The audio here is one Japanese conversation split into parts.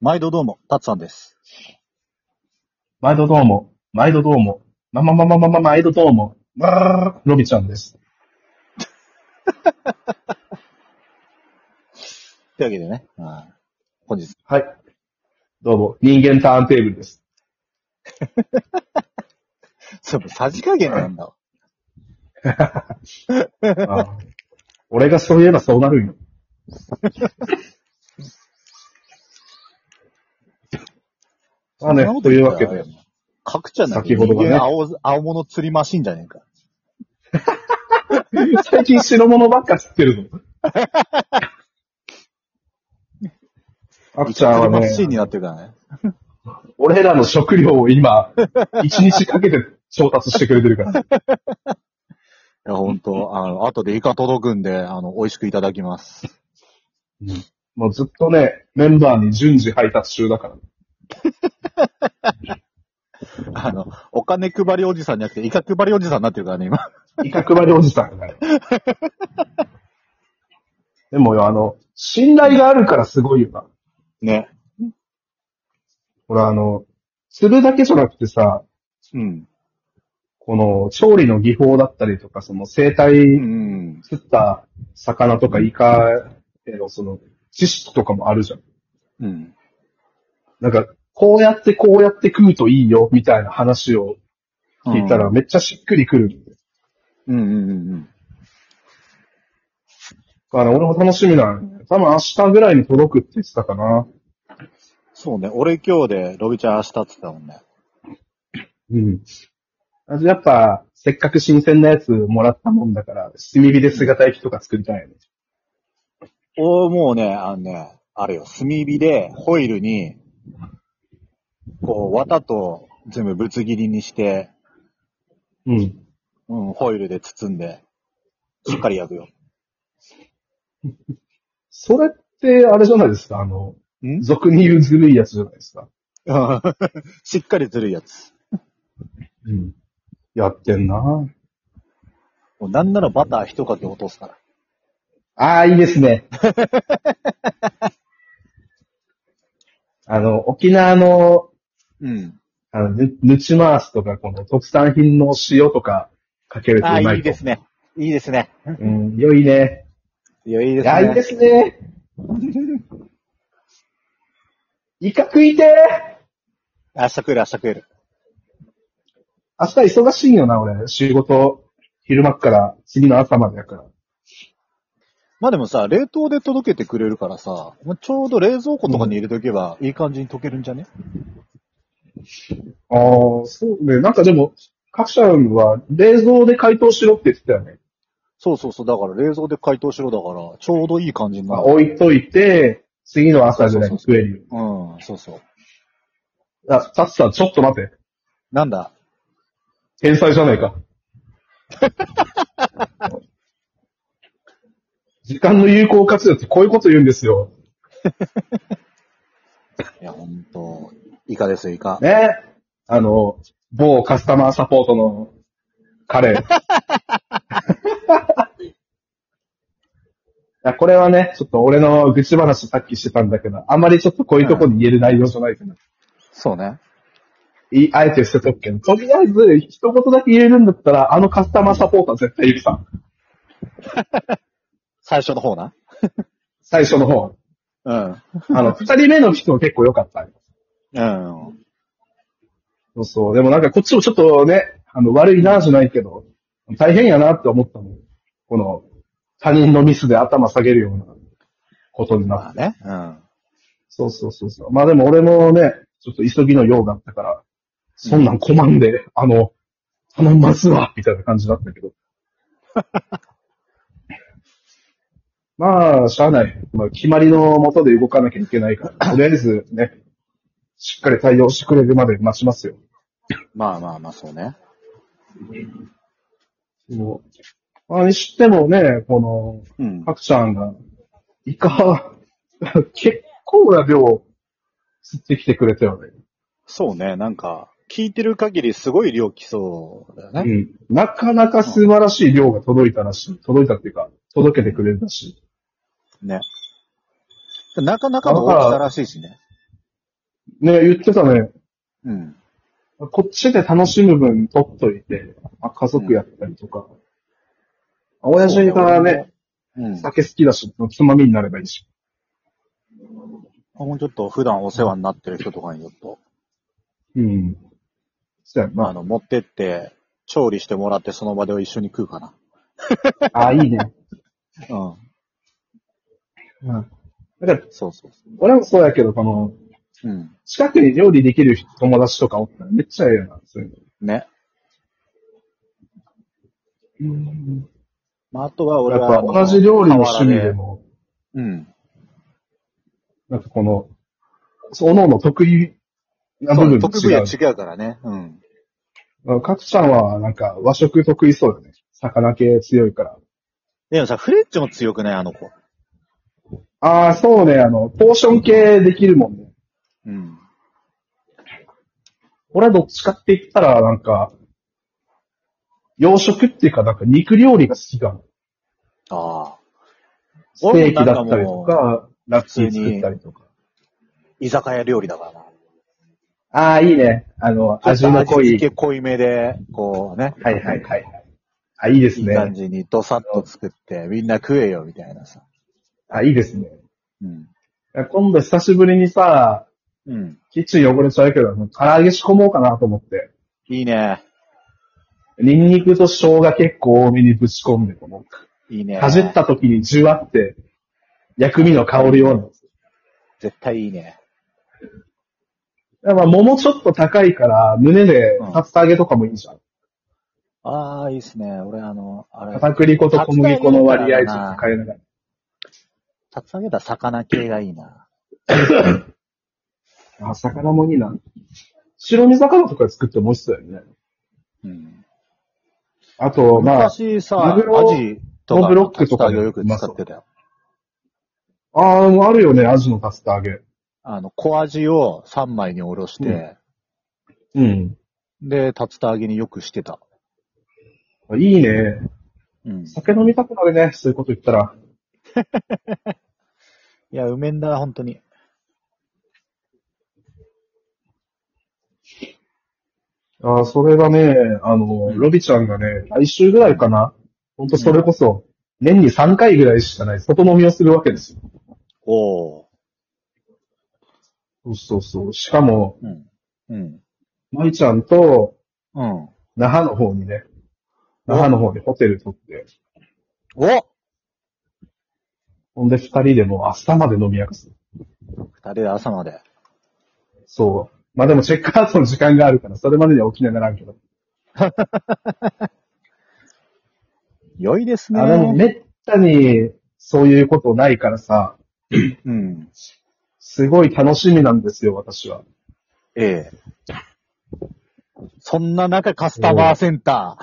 毎度どうも、たつさんです。毎度どうも、毎度どうも、まままままま、毎度どうも、ロビちゃんです。というわけでね、うん本日、はい。どうも、人間ターンテーブル です。そう、さじ加減なんだわ。あー俺がそう言えばそうなるん よ。まあね、というわけで。。書くじゃない先ほどがね人間青、青物釣りマシンじゃねえか。最近白物ばっか釣ってるの。 あくちゃんは釣りマね、シンになってるからね。俺らの食料を今、一日かけて調達してくれてるから。いや、ほんと、あの、後でイカ届くんで、あの、美味しくいただきます。もうずっとね、メンバーに順次配達中だから。あの、お金配りおじさんじゃなくて、イカ配りおじさんになってるからね、今。イカ配りおじさんがね。 でもよ、あの、信頼があるからすごいよな。ね。ほら、あの、釣るだけじゃなくてさ、うん。この、調理の技法だったりとか、その生う態ん。釣った魚とかイカへのその、知識とかもあるじゃん。うん。なんか、こうやってこうやって食うといいよ、みたいな話を聞いたらめっちゃしっくりくる。うんうんうんだから俺も楽しみなんよね。多分明日ぐらいに届くって言ってたかな。そうね、俺今日で、ロビちゃん明日って言ってたもんね。うん。あとやっぱ、せっかく新鮮なやつもらったもんだから、炭火で姿焼きとか作りたいよね。おもうね、あのね、あれよ、炭火で、ホイルに、こう、綿と全部ぶつ切りにして、うん。うん、ホイルで包んで、しっかり焼くよ。それって、あれじゃないですか、あの、ん俗に言うずるいやつじゃないですか。 しっかりずるいやつ。うん。やってんなもうなんならバター一かけ落とすから。ああ、いいですね。 あの、沖縄の、うん。あの、ぬ、ぬち回すとか、この特産品の塩とかかけるとうあまいと。あ、いいですね。いいですね。うん、良いね。いや、いいいですや、ね。いいですね。イカ食いてー明日食える、明日食える。明日忙しいよな、俺。仕事、昼間っから、次の朝までやから。まあでもさ、冷凍で届けてくれるからさ、もうちょうど冷蔵庫とかに入れとけば、いい感じに溶けるんじゃねああ、そうね。なんかでも、各社は、冷蔵で解凍しろって言ってたよね。そうそうそう、だから冷蔵で解凍しろだから、ちょうどいい感じになまるあ、。置いといて、次の朝ぐらいに食えるよ。うん、そうそう。あ、タツさん、ちょっと待って。なんだ天才じゃない か。時間の有効活用ってこういうこと言うんですよ。いや、ほんと、イカですよ、イカ。ね。あの、某カスタマーサポートの彼。い やこれはね、ちょっと俺の愚痴話さっきしてたんだけど、あまりちょっとこういうとこに言える内容じゃないかな。そうね。いあえて捨てとくけど、とりあえず一言だけ言えるんだったら、あのカスタマーサポーター絶対いるさ。最初の方な。最初の方。うん。あの、二人目の人結構良かった。うん。そうそう。でもなんかこっちもちょっとね、あの、悪いなじゃないけど、大変やなって思ったの。この、他人のミスで頭下げるようなことになまっあて。ね。うん。そうそうそうそう。まあでも俺もね、ちょっと急ぎの用があったから、そんなん困んで、あの、頼みますわみたいな感じだったけど。 まあ、しゃあない。まあ、決まりのもとで動かなきゃいけないから、とりあえずね、しっかり対応してくれるまで待ちますよ。まあまあまあ、そうね。もう、あにしてもね、こうんの、。かくちゃんが、イカ、 結構な量、釣ってきてくれたよね。そうね、なんか、聞いてる限りすごい量来そうだようね。ん。なかなか素晴らしい量が届いたらしい。届いたっていうか、届けてくれるらしい。ね。なかなかの大きさらしいしね。ね、言ってたね。うん。こっちで楽しむ分取っといて、まあ、家族やったりとか。親父がね、うん。あ酒好きだし、つまみになればいいし。もうちょっと普段お世話になってる人とかにちょっと、うん。そうやまあ、あな。の、持ってって、調理してもらってその場で一緒に食うかな。あ、いいね。うん。うん。だから、そうそうそ俺もそうやけど、この、う。うん。近くに料理できる人友達とかおったらめっちゃええよな、そういうの。ね。うん。まあ、あとは俺やっはあぱの、同じ料理の趣味で河原も、で。うん。なんかこの、おのおの得意なそ部う、分特違技はう。違うからね。うん。あかくちゃんはなんか和食得意そうだね。魚系強いから。でもさ、フレッチも強くないあの子。ああ、そうね、あの、ポーション系できるもんね。うん。俺はどっちかって言ったら、なんか、洋食っていうか、なんか肉料理が好きかも。ああ。ステーキだったりとか、ラッキ通にー作ったりとか。居酒屋料理だからな。ああ、いいね。あの、味の濃味い。付け濃いめで、こうね。はいはいはいはい。あ、いいですいい感ね。じにドサッと作って、みんな食えよ、みたいなさ。あ、いいですね。うん。いや今度久しぶりにさ、うん。キッチン汚れちゃうけど、もう唐揚げ仕込もうかなと思って。いいね。ニンニクと生姜結構多めにぶち込んで、この、いいね。かじった時にじゅわって、薬味の香るようなやつ。絶対いいね。やっぱ桃ちょっと高いから、胸でうん竜田揚げとかもいいじゃん。ああ、いいっすね。俺、あの、あれ、片栗粉と小麦粉の割合ちょっと変えながら。たつ揚げた魚系がいいな。あ、魚もいいな。白身魚とか作っても美味しそうだよね。うん。あと、まあ、昔マさ、アグロジとか、ノブロックとか竜田揚でげをよく使ってたよ。ああ、あるよね、アジの竜田揚げ。あの、小アジを3枚におろして、うん。で、竜田揚げによくしてた。いいね。うん。酒飲みたくなるね、そういうこと言ったら。いや、うめんだ、本当に。ああ、それがね、あの、ロビちゃんがね、来週ぐらいかな。ほんとそれこそ、年に3回ぐらいしかない外飲みをするわけですよ。おお。そうそうそう。しかも、うん。うん。舞ちゃんと、うん。那覇の方にね、那覇の方でホテル取って、おほんで二人でもう朝まで飲み明かす。二人で朝まで。そう。まあでもチェックアウトの時間があるから、それまでには起きながらんけど。良いですね。あ、でもめったにそういうことないからさ、うん。すごい楽しみなんですよ、私は。ええ。そんな中、カスタマーセンタ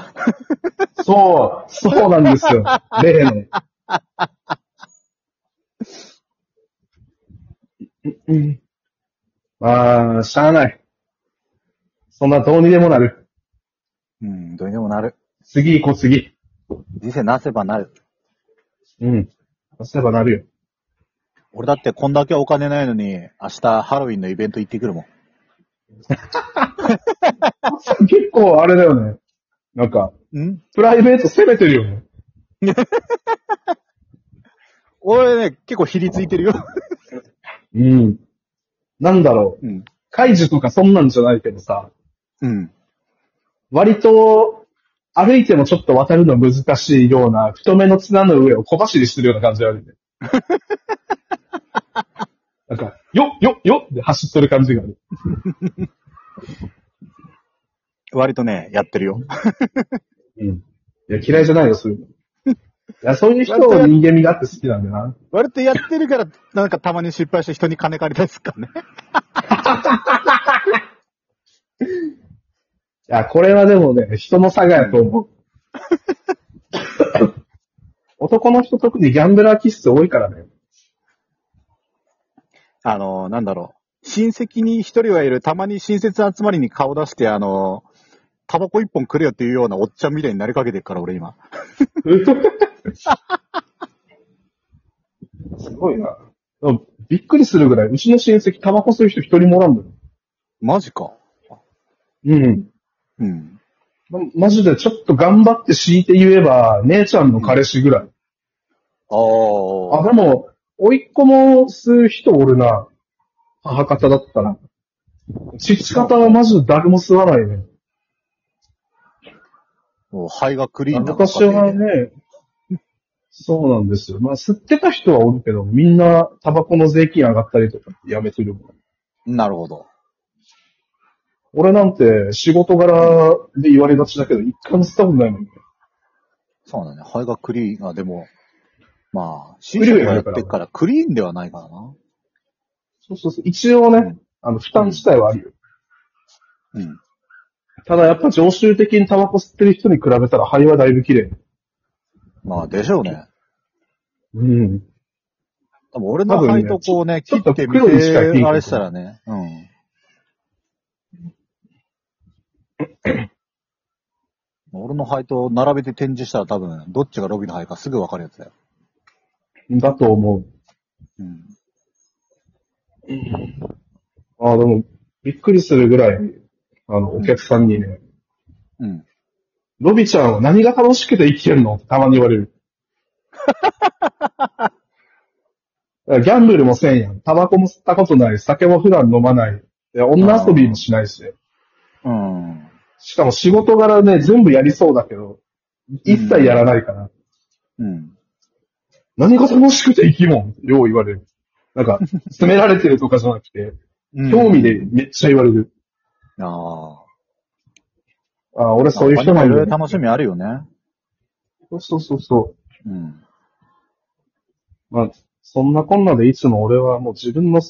ー。そう、そうなんですよ。例の。うんまあ、しゃあない。そんなどうにでもなる。うん、どうにでもなる。次行こう、次。人生なせばなる。うん。出せばなるよ。俺だってこんだけお金ないのに、明日ハロウィンのイベント行ってくるもん。結構あれだよね。なんか、んプライベート攻めてるよね。俺ね、結構ひりついてるよ。うん。なんだろう。うん。カイジとかそんなんじゃないけどさ、うん。割と、歩いてもちょっと渡るの難しいような、太めの綱の上を小走りしてるような感じがあるよ ね。なんか、よっよっよっって走ってる感じがある。割とね、やってるよ。うん。いや、嫌いじゃないよ、そういうの。いや、そういう人を人間味があって好きなんだよな。割とやってるから、なんかたまに失敗して人に金借りたりすっからね。いや、これはでもね、人の差がやと思う。 男の人特にギャンブラー気質多いからね。あの、なんだろう。親戚に一人はいる、たまに親切集まりに顔出して、あの、タバコ一本くれよっていうようなおっちゃんみたいになりかけてるから、俺今。 すごいな。でもびっくりするぐらい、うちの親戚タバコ吸う人一人もおらんのよ。マジか。うん。うん。まマジでちょっと頑張って敷いて言えば、姉ちゃんの彼氏ぐらい。ああ。あ、でも、甥っ子も吸う人おるな。母方だったら。父方はマジで誰も吸わないね。もう肺がクリーンな方昔がいいねはね、そうなんですよ。まあ吸ってた人はおるけど、みんなタバコの税金上がったりとかやめてるもん。なるほど。俺なんて仕事柄で言われがちだけど、一回も吸ったことないもんね。そうだね。肺がクリーン。あ、でも、まあ、ク新リーン宿だかがらやってっからクリーンではないからな。そうそうそう。一応うねん、あの、負担自体はあるよ。うん。ただやっぱ常習的にタバコ吸ってる人に比べたら肺はだいぶ綺麗。まあ、でしょうね。うん。多分俺の多分ね肺とこうね、ちょ切っとってみ黒に近いピンクて、とあれしたらね。うん。俺の肺と並べて展示したら多分、どっちがロビーの肺かすぐわかるやつだよ。だと思うん。う。ああ、でも、びっくりするぐらい、あの、お客さんにね、うん。ロビちゃんは何が楽しくて生きてるのってたまに言われ る。ギャンブルもせんやん。タバコも吸ったことない。酒も普段飲まない。いや女遊びもしないし。うん。しかも仕事柄ね、全部やりそうだけど、一切やらないから。うん。何が楽しくて生きもんよう言われる。な んか、詰められてるとかじゃなくて、うん興味で。めっちゃ言われる。ああ。ああ、俺そういう人なんいろだ、いろ楽しみあるよね。そうそうそうそうん。う。まあ、そんなこんなでいつも俺はもう自分の